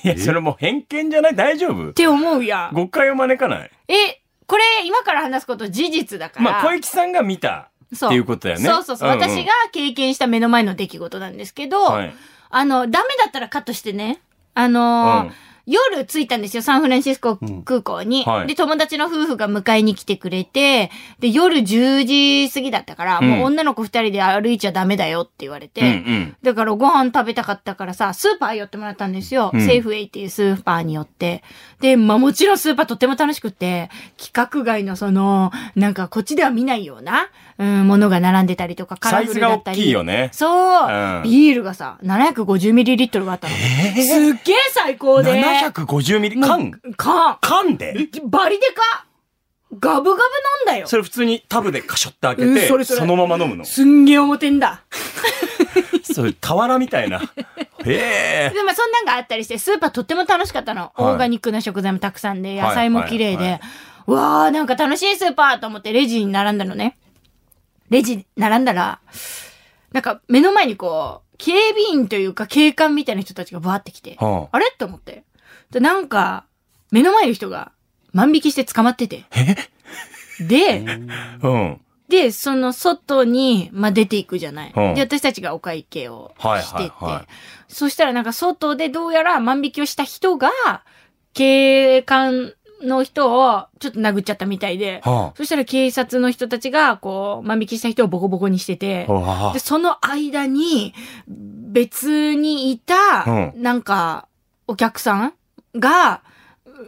C: いや、それもう偏見じゃない大丈夫
D: て思うやん。
C: 誤解を招かない。
D: え、これ今から話すこと事実だから。
C: まあ、小雪さんが見た
D: そ
C: っていうことだよね。
D: そうそうそう。
C: んん
D: 私が経験した目の前の出来事なんですけど、
C: はい
D: あの、ダメだったらカットしてね。あのー
C: うん
D: 夜着いたんですよ、サンフランシスコ空港に。
C: うんはい
D: で、友達の夫婦が迎えに来てくれて、で、夜10時過ぎだったから、
C: うん
D: もう女の子二人で歩いちゃダメだよって言われて、
C: うんうん。
D: だからご飯食べたかったからさ、スーパー寄ってもらったんですよ。
C: うん
D: セーフウェイっていうスーパーに寄って。で、まあもちろんスーパーとっても楽しくって、規格外のその、なんかこっちでは見ないような、うん、ものが並んでたりとか、カ
C: サ
D: ラ
C: イ
D: フ
C: ズ
D: ルだ
C: が
D: った
C: 大
D: り。
C: きいよね。
D: そう、
C: うん
D: ビールがさ、750ml があったの。すっげえ最高で。
C: 750ミリ。缶
D: 缶
C: 缶で
D: バリでかガブガブ飲んだよ。
C: それ普通にタブでカショって開け
D: うんそ
C: て、
D: れそれ
C: そのまま飲むの。
D: すんげえ表んだ。
C: そう、俵みたいな。 へえ。
D: でもそんなんがあったりして、スーパーとっても楽しかったの。オーガニックな食材もたくさんで、野菜も綺麗
C: はいはい
D: で。わあ、なんか楽しいスーパーと思ってレジに並んだのね。レジに並んだら、なんか目の前にこう、警備員というか警官みたいな人たちがバーって来て、
C: はあ
D: あれって思って。で、なんか、目の前の人が万引きして捕まってて。で、
C: うん。
D: で、その外に、まあ、出ていくじゃない。
C: うん
D: で、私たちがお会計を
C: はい
D: してて、
C: はいはい
D: そしたらなんか外でどうやら万引きをした人が、警官の人をちょっと殴っちゃったみたいで、
C: は
D: そしたら警察の人たちが、こう、万引きした人をボコボコにしてて
C: あ。、わあ
D: で、その間に、別にいた、
C: う
D: なんか、お客さんが、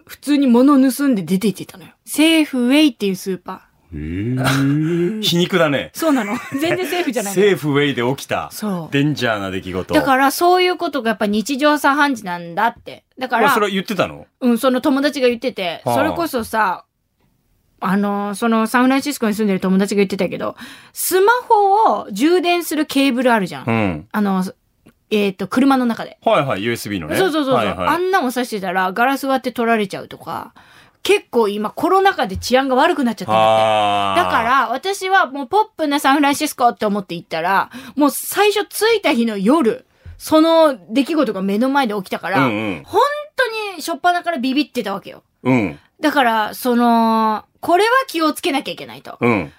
D: 普通に物を盗んで出て行ってたのよ。セーフウェイっていうスーパー。
C: 皮肉だね。
D: そうなの。 全然セーフじゃないの。
C: セーフウェイで起きた、
D: そう。
C: デンジャーな出来事。
D: だからそういうことがやっぱ日常茶飯事なんだって。だか
C: まあ
D: ら
C: そ、れ言ってたの
D: うん、その友達が言ってて、
C: はあ
D: それこそさ、あの、そのサンフランシスコに住んでる友達が言ってたけど、スマホを充電するケーブルあるじゃん。
C: うん。
D: あの、えっ、と、車の中で。
C: はいはい、USB のね。
D: そうそうそうそう、
C: はい
D: あ
C: はい。
D: んなもんさしてたらガラス割って取られちゃうとか、結構今コロナ禍で治安が悪くなっちゃってるんだって。
C: あ
D: だから、私はもうポップなサンフランシスコって思って行ったら、もう最初着いた日の夜、その出来事が目の前で起きたか
C: う
D: ら、
C: んうん
D: 本当に初っ端からビビってたわけよ。
C: ら、うん、
D: だから、その、これは気をつけなきゃいけないと。
C: うん。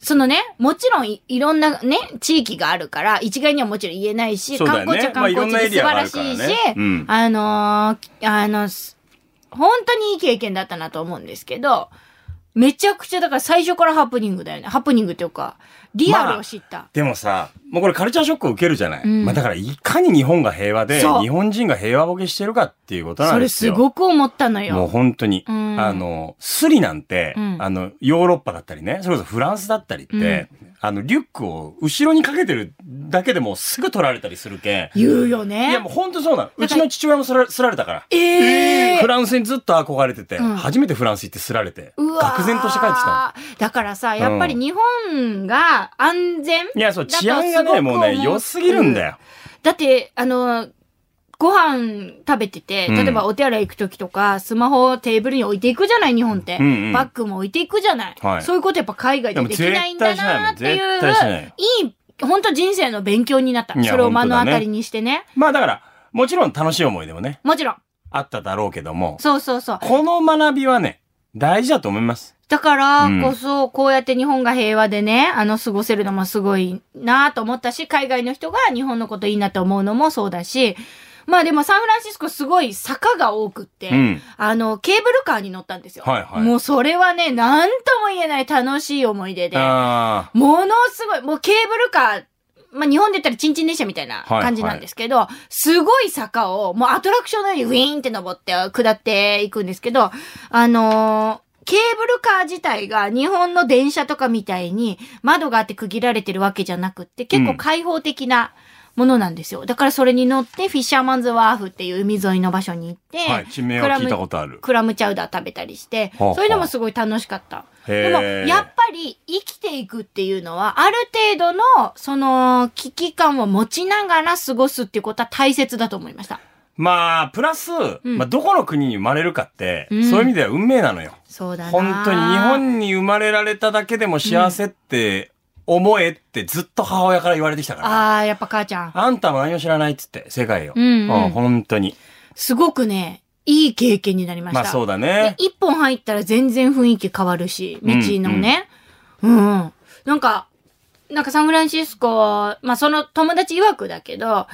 D: そのね、もちろんいいろんなね、地域があるから、一概にはもちろん言えないし、
C: そうだ
D: 観
C: よね
D: 光地は
C: まあいろん
D: 観光地で
C: なエ
D: 素
C: リ
D: 晴
C: アがあ
D: ら
C: る
D: し
C: からね
D: いし
C: うん、
D: あのーあの、す本当にいい経験だったなと思うんですけど、めちゃくちゃだから最初からハプニングだよね。ハプニングというか、リアルを知った。
C: でもさ、もうこれカルチャーショックを受けるじゃない。
D: うん
C: まあだからいかに日本が平和で、
D: そう
C: 日本人が平和ボケしてるかっていうことな
D: そ
C: んで
D: れ
C: す
D: す
C: よ。
D: ごく思ったの
C: もう
D: よ。
C: 本当に、
D: うん
C: あの、スリなんて、
D: うん
C: あの、ヨーロッパだったりね、それこそフランスだったりって、あの、リュックを後ろにかけてるだけでもうすぐ取られたりするけん。い
D: 言うよね。
C: やもう本当そうなの。
D: ら
C: うちの父親もすらすられたから。
D: ええ
C: フランスにずっと憧れてて、
D: ん
C: 初めてフランス行ってすられて、
D: うわー
C: 愕然として帰ってきた
D: だからさ、やっぱり日本が安全
C: の。いや、そう、
D: だと
C: 治安が
D: すご
C: ね、
D: く
C: もうね、
D: 思
C: 良すぎるんだよ。
D: だって、あの、ご飯食べてて、
C: うん
D: 例えばお手洗い行く時とか、スマホをテーブルに置いていくじゃない、日本って。
C: うんうん
D: バッグも置いていくじゃない。
C: はい
D: そういうことやっぱ海外でできないんだなってい
C: でも
D: う、
C: 絶対しないもん絶
D: いい、本当人生の勉強になった。
C: いや
D: それを目の
C: 本
D: 当
C: 当
D: た
C: だ
D: り
C: ね
D: にしてね。
C: まあだから、もちろん楽しい思い出もね、
D: もちろん。
C: あっただろうけども、
D: そうそうそう。
C: この学びはね、大事だと思います。
D: だからこそ、こうやって日本が平和でね、あの、過ごせるのもすごいなと思ったし、海外の人が日本のこといいなと思うのもそうだし、まあでもサンフランシスコすごい坂が多くって、
C: うん
D: あの、ケーブルカーに乗ったんですよ。
C: はいはい
D: もうそれはね、なんとも言えない楽しい思い出で、
C: あ
D: ものすごい、もうケーブルカー、まあ日本で言ったらチンチン電車みたいな感じなんですけど、すごい坂を、もうアトラクションのようにウィーンって登って、下っていくんですけど、あのーケーブルカー自体が日本の電車とかみたいに窓があって区切られてるわけじゃなくって、結構開放的なものなんですよ。だからそれに乗ってフィッシャーマンズワーフっていう海沿いの場所に行って、
C: あ、はい、地名は聞いたことある。
D: クラムチャウダー食べたりして、
C: はあはあ
D: そういうのもすごい楽しかった。で
C: へ
D: も、
C: ー
D: やっぱり生きていくっていうのは、ある程度の、その、危機感を持ちながら過ごすっていうことは大切だと思いました。
C: まあ、プラス、
D: ん
C: まあ、どこの国に生まれるかって、
D: うん
C: そういう意味では運命なのよ。
D: そうだな
C: 本当に日本に生まれられただけでも幸せって思えってずっと母親から言われてきたから。
D: ああ、やっぱ母ちゃん。
C: あんたも何も知らないっつって、世界を。
D: うんうん
C: 本当に。
D: すごくね、いい経験になりました。
C: まあそうだ
D: で
C: ね。
D: 一本入ったら全然雰囲気変わるし、道のね。うん、うんなんか、なんかサンフランシスコは、まあその友達曰くだけど、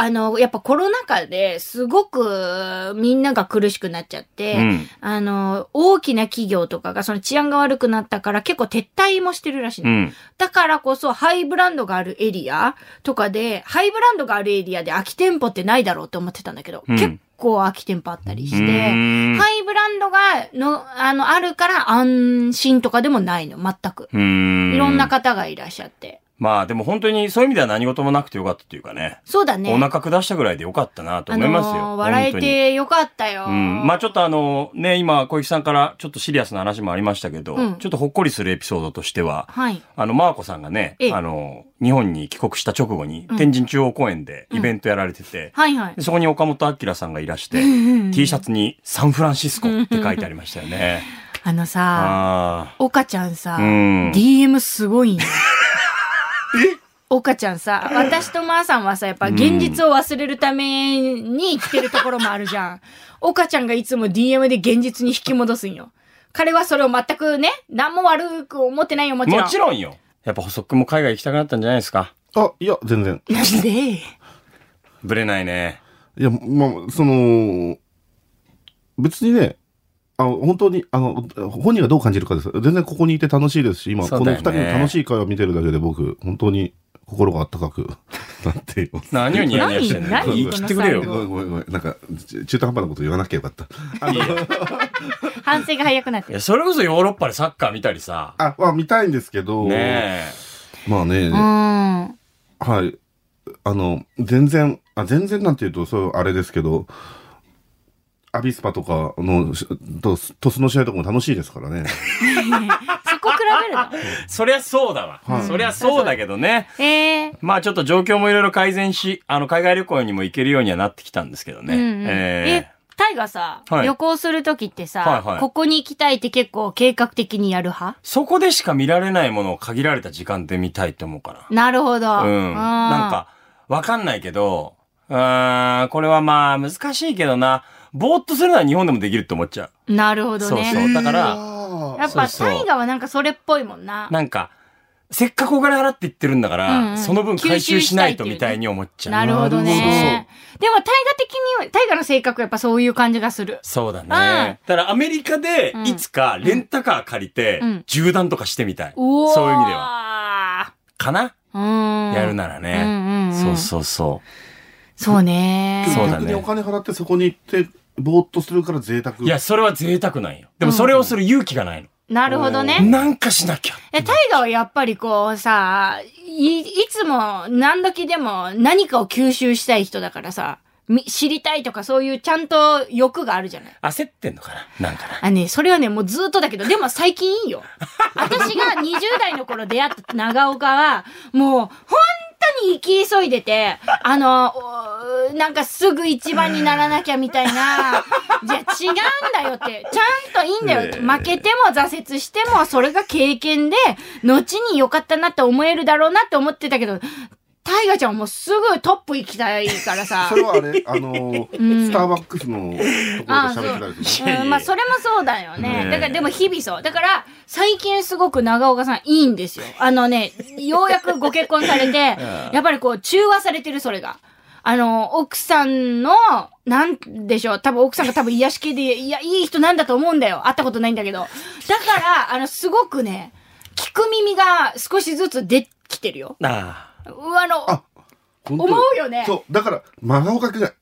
D: あの、やっぱコロナ禍ですごくみんなが苦しくなっちゃって、
C: うん
D: あの、大きな企業とかがその治安が悪くなったから結構撤退もしてるらしいの、
C: うん。
D: だからこそ、ハイブランドがあるエリアとかで、ハイブランドがあるエリアで空き店舗ってないだろうって思ってたんだけど、
C: うん
D: 結構空き店舗あったりして、
C: うーん
D: ハイブランドが、の、あの、あるから安心とかでもないの、全く。
C: うーん。
D: いろんな。方がいらっしゃって。
C: まあでも本当にそういう意味では何事もなくてよかったっていうかね。
D: そうだね。
C: お腹下したぐらいでよかったなと思いますよ。
D: あのー笑
C: 本
D: え
C: 当に
D: てよかったよ。
C: うん。まあちょっとあの、ね、今、小池さんからちょっとシリアスな話もありましたけど、
D: うん
C: ちょっとほっこりするエピソードとしては、
D: はい。
C: あの、マーコさんがね
D: ええ、
C: あの、日本に帰国した直後に
D: うん、
C: 天神中央公園でイベントやられてて、
D: はいはい
C: で。そこに岡本明さんがいらして、T シャツにサンフランシスコって書いてありましたよね。
D: あのさ、
C: あ
D: 岡ちゃんさ、
C: うん
D: DM すご いんよ。岡ちゃんさ、私とまーさんはさ、やっぱ現実を忘れるために生きてるところもあるじゃん。 岡ちゃんがいつも DM で現実に引き戻すんよ。彼はそれを全くね、何も悪く思ってないよ、も
C: あ。
D: ちろん。
C: もちろんよ。やっぱ細くんも海外行きたくなったんじゃないですか。
E: あ、いや、全然。
D: なんで
C: ぶれないね。
E: いや、まあ、その、別にね、あの本当に、あの、本人がどう感じるかです。全然ここにいて楽しいですし、今、
C: そう
E: こ
C: だ
E: の
C: よ
E: 二
C: ね
E: 人の楽しい会話を見てるだけで僕、本当に心が温かくなっています。
C: 何をニヤニヤしてんの
D: 何何
C: 言い切ってくれ
E: ごめん
C: よ。
E: ごめんごめん。なんか、ち中途半端なこと言わなきゃよかった。
C: いや
D: 反省が早くなっ
C: い
D: てる。
C: や、それこそヨーロッパでサッカー見たりさ。
E: あ、まあ見たいんですけど、
C: ねえ。
E: まあね、
D: うん。
E: はい。あの、全然、あ、全然なんていうと、そう、あれですけど、アビスパとかの、しとトスの試合とかも楽しいですからね。
D: そこ比べるの
C: そりゃそうだわ。そりゃそうだけど ね。
D: ええ
C: まあちょっと状況もいろいろ改善し、あの、海外旅行にも行けるようにはなってきたんですけどね。
D: うんうんえ
C: え、
D: タイがさ、
C: はい
D: 旅行するときってさ、
C: はいはい
D: ここに行きたいって結構計画的にやる派
C: ーそこでしか見られないものを限られた時間で見たいって思うかな。
D: なるほど。
C: うん。なんか、わかんないけど、うーん、これはまあ難しいけどな。ぼーっとするのは日本でもできるって思っちゃ
D: なるほ
C: う。
D: ど
C: そう
D: ね。
C: そう。だから、
D: やっぱ
C: そうそう
D: タイガはなんかそれっぽいもんな。
C: なんか、せっかくお金払って言ってるんだから、
D: うんうん
C: その分回収しないとみたいに思っちゃう。
D: なるほどね。でも、大河的には、大河の性格はやっぱそういう感じがする。
C: そうだね。
D: あ
C: だからアメリカで
D: うん
C: いつかレンタカー借りて
D: うん、
C: 縦断とかしてみたい。
D: おー
C: そういう意味では。。かな
D: うん。
C: やるなら
D: うん
C: ね。
D: うんうん
C: そうそうそ
D: そうね。
C: そうだね
E: 逆にお金払ってそこに行って、ぼーっとするから贅沢。
C: う。いや、それは贅沢なんよ。でもそれをする勇気がないの。
D: なるほどね。
C: なんかしなきゃ。
D: え、タイガはやっぱりこうさ、い、いつも何時でも何かを吸収したい人だからさ、み知りたいとかそういうちゃんと欲があるじゃない。
C: 焦ってんのかななんかな。
D: あね、それはね、もうずっとだけど、でも最近いいよ。私が20代の頃出会った長岡は、もう、本当に生き急いでて、あの、おなんかすぐ一番にならなきゃみたいな、いや、違うんだよって、ちゃんといいんだよ。負けても挫折しても、それが経験で、後に良かったなって思えるだろうなって思ってたけど、大河ちゃんはもうすぐトップ行きたいからさ
E: そ。れは あれ、あの、
D: ん
E: スターバックスのところで喋ってたりする。
D: うん、まあそれもそうだよね。
C: ねえ
D: だからでも日々そう。だから最近すごく長岡さんいいん ですよ。あのね、ようやくご結婚されて、やっぱりこう中和されてるそれが。あの、奥さんの、なんでしょう。多分奥さんが多分癒し系で、いや、いい人なんだと思うんだよ。会ったことないんだけど。だから、あの、すごくね、聞く耳が少しずつできてるよ。
C: ああ。
D: うわ、あの、
E: あ本当
D: 思うよね
E: そう、だから、長岡君が、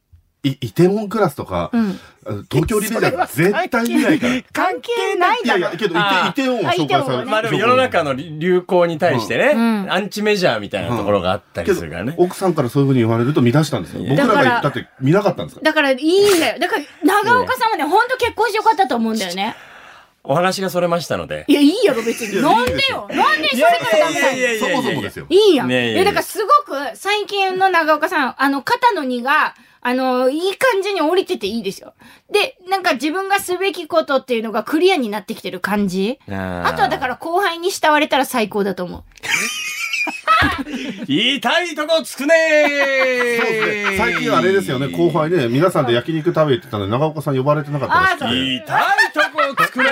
E: い、イテウォンクラスとか、
D: ん
E: あの東京リベンジャー絶対見ないから。い
D: 関係ないだ
E: や
D: ろ。
E: いや、けど、イ
C: あ
E: テイテウォンは紹介さ
D: あイテウォンは
E: れ
D: ね
C: まあでも世の中の流行に対してね、
D: うん
C: アンチメジャーみたいなところがあったり
E: け
C: するから
E: ど
C: ね、。
E: 奥さんからそういうふうに言われると見出したんですよ。僕らが言ったって見なかったんですから。
D: だからいいんだよ。だから、長岡さんはね、ほんと結婚してよかったと思うんだよね。
C: お話がそれましたので。
D: いや、いいやろ、別に。なんでよ。なんでそれからダメだよ。
C: い
E: そもそもですよ。
D: いいやん。
C: ねえいやいや
D: え、だからすごく、最近の長岡さん、あの、肩の荷が、あの、いい感じに降りてていいですよ。で、なんか自分がすべきことっていうのがクリアになってきてる感じ。
C: あ。
D: あとはだからら後輩に慕われたら最高だと思う。
C: 痛いとこつくねー
E: そうですね。最近あれですよね、後輩ね、皆さんで焼肉食べ行ってたのに長岡さん呼ばれてなかったらしく
D: あ
E: て。
C: 痛いとこつくね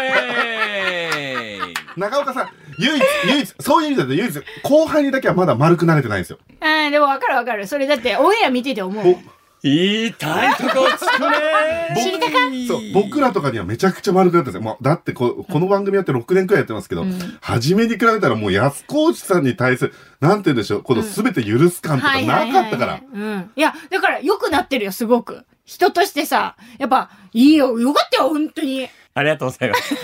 C: ー
E: 長岡さん、唯一、唯一、そういう意味だと唯一、後輩にだけはまだ丸くなれてないんですよ。
D: うん、でもわかるわかる。それだってオンエア見てて思う。
C: 痛いとこつくね
D: 知りたか
E: そう、僕らとかにはめちゃくちゃ丸くなってるんですよ。もう、だってこ、この番組やって6年くらいやってますけど、初めに比べたらもう安河内さんに対する、なんて言うんでしょう、この全て許す感とかなかったから。
D: うん。いや、だから良くなってるよ、すごく。人としてさ、やっぱ、いいよ、よかったよ、本当に。
C: ありがとうございます。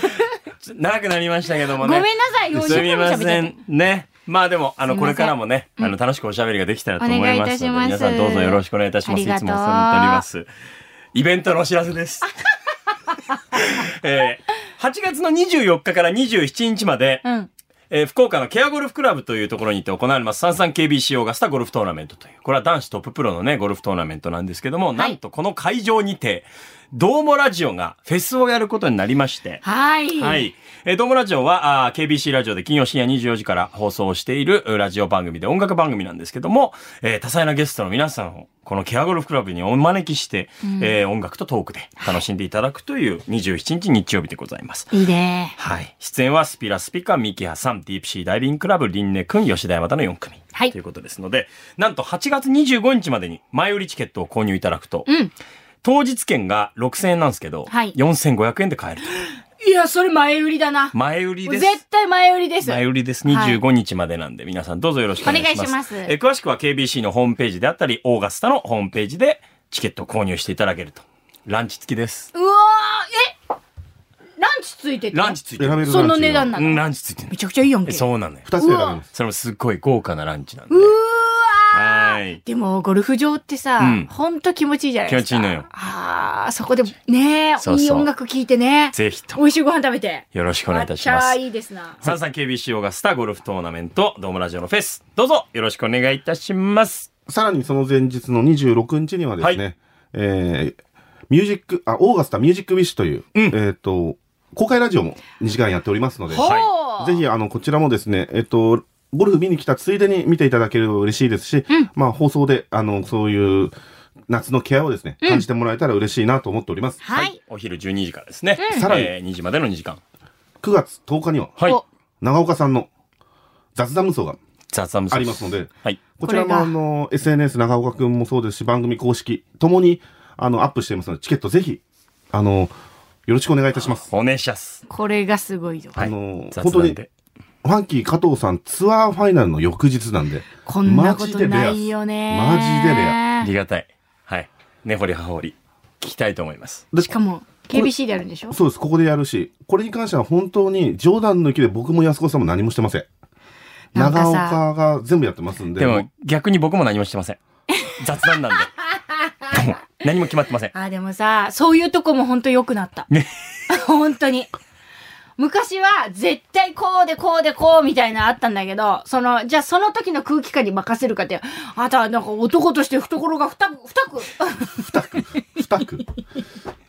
C: ちょ長くなりましたけども
D: ご
C: ね。
D: めんなさい、40
C: すみ
D: 分も
C: ま
D: 喋っち
C: せ
D: ゃって。
C: ん。ね。まあでも、あの、
D: すいません
C: これからもね、あの、楽しくおしゃべりができたらと思いますの
D: お願い
C: で、
D: いたします
C: 皆さんどうぞよろしくお願いいたします。
D: ありがと
C: い
D: う
C: つもお世話になっております。イベントのお知らせ です。えー、8月の24日から27日まで、
D: うん。
C: えー福岡のケアゴルフクラブというところにて行われます、三三 KBC オーガスタゴルフトーナメントという、これは男子トッププロのね、ゴルフトーナメントなんですけども、なんとこの会場にて、どうもラジオがフェスをやることになりまして、
D: はい。
C: はい。えー、ドームラジオは、あー KBC ラジオで金曜深夜24時から放送しているうラジオ番組で音楽番組なんですけども、えー多彩なゲストの皆さんを、このケアゴルフクラブにお招きして、えー音楽とトークで楽しんでいただくという27日日曜日でございます。
D: いいね。
C: はい。出演はスピラスピカ、ミキハさん、ディープシーダイビングクラブ、リンネ君、吉田山田の4組。
D: はい
C: ということですので、なんと8月25日までに前売りチケットを購入いただくと、
D: うん
C: 当日券が6000円なんですけど、
D: はい
C: 4500円で買えると。
D: いや、それ前売りだな。
C: 前売りです。
D: 絶対前売りです。
C: 前売りです。
D: はい
C: 25日までなんで、皆さんどうぞよろしくお願いします。
D: お願いします
C: えー詳しくは KBC のホームページであったり、オーガスタのホームページでチケットを購入していただけると。ランチ付きです。
D: うわーえランチついてて
C: ランチ付いて
E: 選べる
C: る。
E: ランチが
D: その値段な
C: うん、
D: の。
C: ランチ付いてる
D: めちゃくちゃいいやん
C: え
D: け。う
C: そうなのよ。
E: 二つ選べます。
C: それもすっごい豪華なランチなんで。
D: わ
C: はい
D: ー。でも、ゴルフ場ってさ
C: うん、
D: ほんと気持ちいいじゃないですか。
C: 気持ちいいのよ
D: あー、そこで、ね
C: そうそう
D: いい音楽聴いてね。
C: ぜひと
D: 美
C: も
D: 味しいご飯食べて。
C: よろしくお願いいたし
D: 抹
C: ま
D: 茶
C: す。
D: いいですな。
C: さんさん KBC オーガスタゴルフトーナメント、ドームラジオのフェス、どうぞよろしくお願いいたします。
E: さらにその前日の26日にはですね、
C: は
E: えーミュージック、あ、オーガスタミュージックウィッシュという、えっ、と、公開ラジオも2時間やっておりますので、
C: はい
D: おー
E: ぜひ、あの、こちらもですね、えっと、ゴルフ見に来たついでに見ていただけると嬉しいですし、まあ、放送で、あの、そういう、夏のケアをですね、感じてもらえたら嬉しいなと思っております。
D: はい。
C: お昼12時からですね。
E: さらに
C: えー2時までの2時間。
E: 9月10日には、
C: はい。
D: お
E: 長岡さんの、雑談無双が
C: 雑談無
E: あ
C: 双
E: りますので、
C: はい。
E: こちら
D: これ
E: の
D: が
E: あの SNS 長岡くんもそうですし、番組公式ともにあのアップしていますので、チケットぜひ、あの、よろしくお願いいたします。
C: おねしゃす。
D: これがすごいよ。
E: あ
C: い
E: のー
C: 雑
E: 本当
C: 談
E: に
C: で。
E: ファンキー加藤さんツアーファイナルの翌日なんで。
D: こんなことないよね。
E: マジでレア。
C: ありがたい。はい。根掘り葉掘り。聞きたいと思います。
E: で
D: しかも、KBC でやるんでしょ
E: そうです、ここでやるし、これに関しては本当に冗談抜きで僕も安子さんも何もしてません。
D: なんか
E: 長
D: さ
E: 岡が全部やってますんで。
C: で
E: も
C: も
E: う、
C: 逆に僕も何もしてません。雑談なんで。もう何も決まってません。
D: あ、でもさ、そういうとこも本当良くなった。
C: ね
D: 本当に。昔は絶対こうでこうでこうみたいなのあったんだけど、その、じゃあその時の空気感に任せるかって、あとはなんか男として懐が二く、二く
E: 二区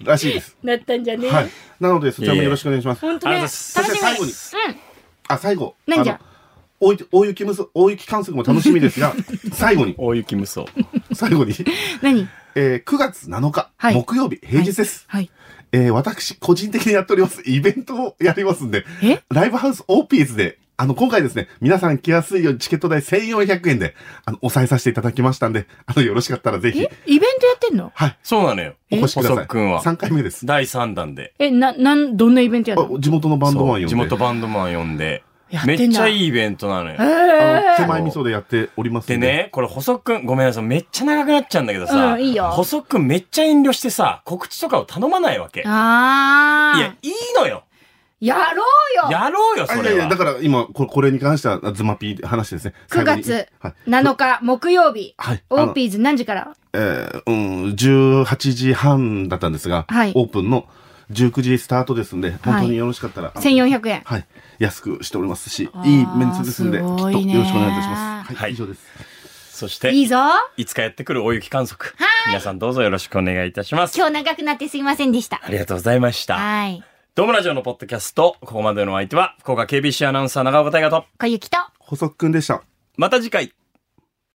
E: らしいです。
D: なったんじゃね
E: はい。なので、そちらもよろしくお願いします。
D: 本当ね。
C: ありがとうござい
D: 楽
C: ます
D: しみ
E: そして最後
D: う
E: に
D: ん。
E: あ、最後。
D: 何じゃ
E: あの大雪大雪むす大雪観測も楽しみで すが、最後に、
C: 大雪無双。
E: 最後に、
D: 何
E: えー、9月7日、
D: はい
E: 木曜日、平日です。
D: はい。
E: えー私、個人的にやっております、イベントをやりますんで
D: え、
E: ライブハウスオーピーズで、あの、今回ですね、皆さん来やすいようにチケット代1400円で、あの、抑えさせていただきましたんで、あの、よろしかったらぜひ
D: え、イベントやってんの
C: そうなのよ。
E: お越しください。
C: 細くんは。
E: 3回目です。
C: 第3弾で。
D: え、な、なん、どんなイベントやる
E: あ
D: の
E: 地元のバンド
C: そ
E: マン呼ん
C: う
E: で、
C: 地元バンドマン呼んで。
D: やって
C: め
D: んだ
C: っちゃいいイベントなのよ。
E: あの手前味噌でやっておりますん
C: でね、これ、細くん、ごめんなさい、めっちゃ長くなっちゃうんだけどさ、
D: うんいいよ
C: 細くんめっちゃ遠慮してさ、告知とかを頼まないわけ。い
D: あ
C: や
D: あ、。
C: いいのよ
D: やろうよ
C: やろうよ、それ
E: あい
C: は。
E: やいや、だから今、ここれに関しては、ズマピーで話ですね。
D: !9
E: 最後に
D: 月
E: はい。
D: 7日木曜日、
E: はい
D: オーピーズ何時から
E: えーうん、18時半だったんですが、
D: はい
E: オープンの19時スタートですんで、本当によろしかったら、あの
D: ?1400 円。
E: はい。安くしておりますし
D: あ、ー
E: いいメンツですんで、
D: す
E: きっと
D: ご
E: よろ
D: い
E: しく
D: ね
E: お願いいたします。
C: は
E: はいい、以上です。
C: そして、
D: いいぞ
C: いつかやってくる大雪観測。皆さんどうぞよろしくお願いいたします。
D: 今日長くなってすいませんでした。
C: ありがとうございました。
D: はい。
C: ドームラジオのポッドキャスト、ここまでのお相手は、福岡 KBC アナウンサー長岡大和と、
D: 小雪と
E: 補足くんでした。
C: また次回。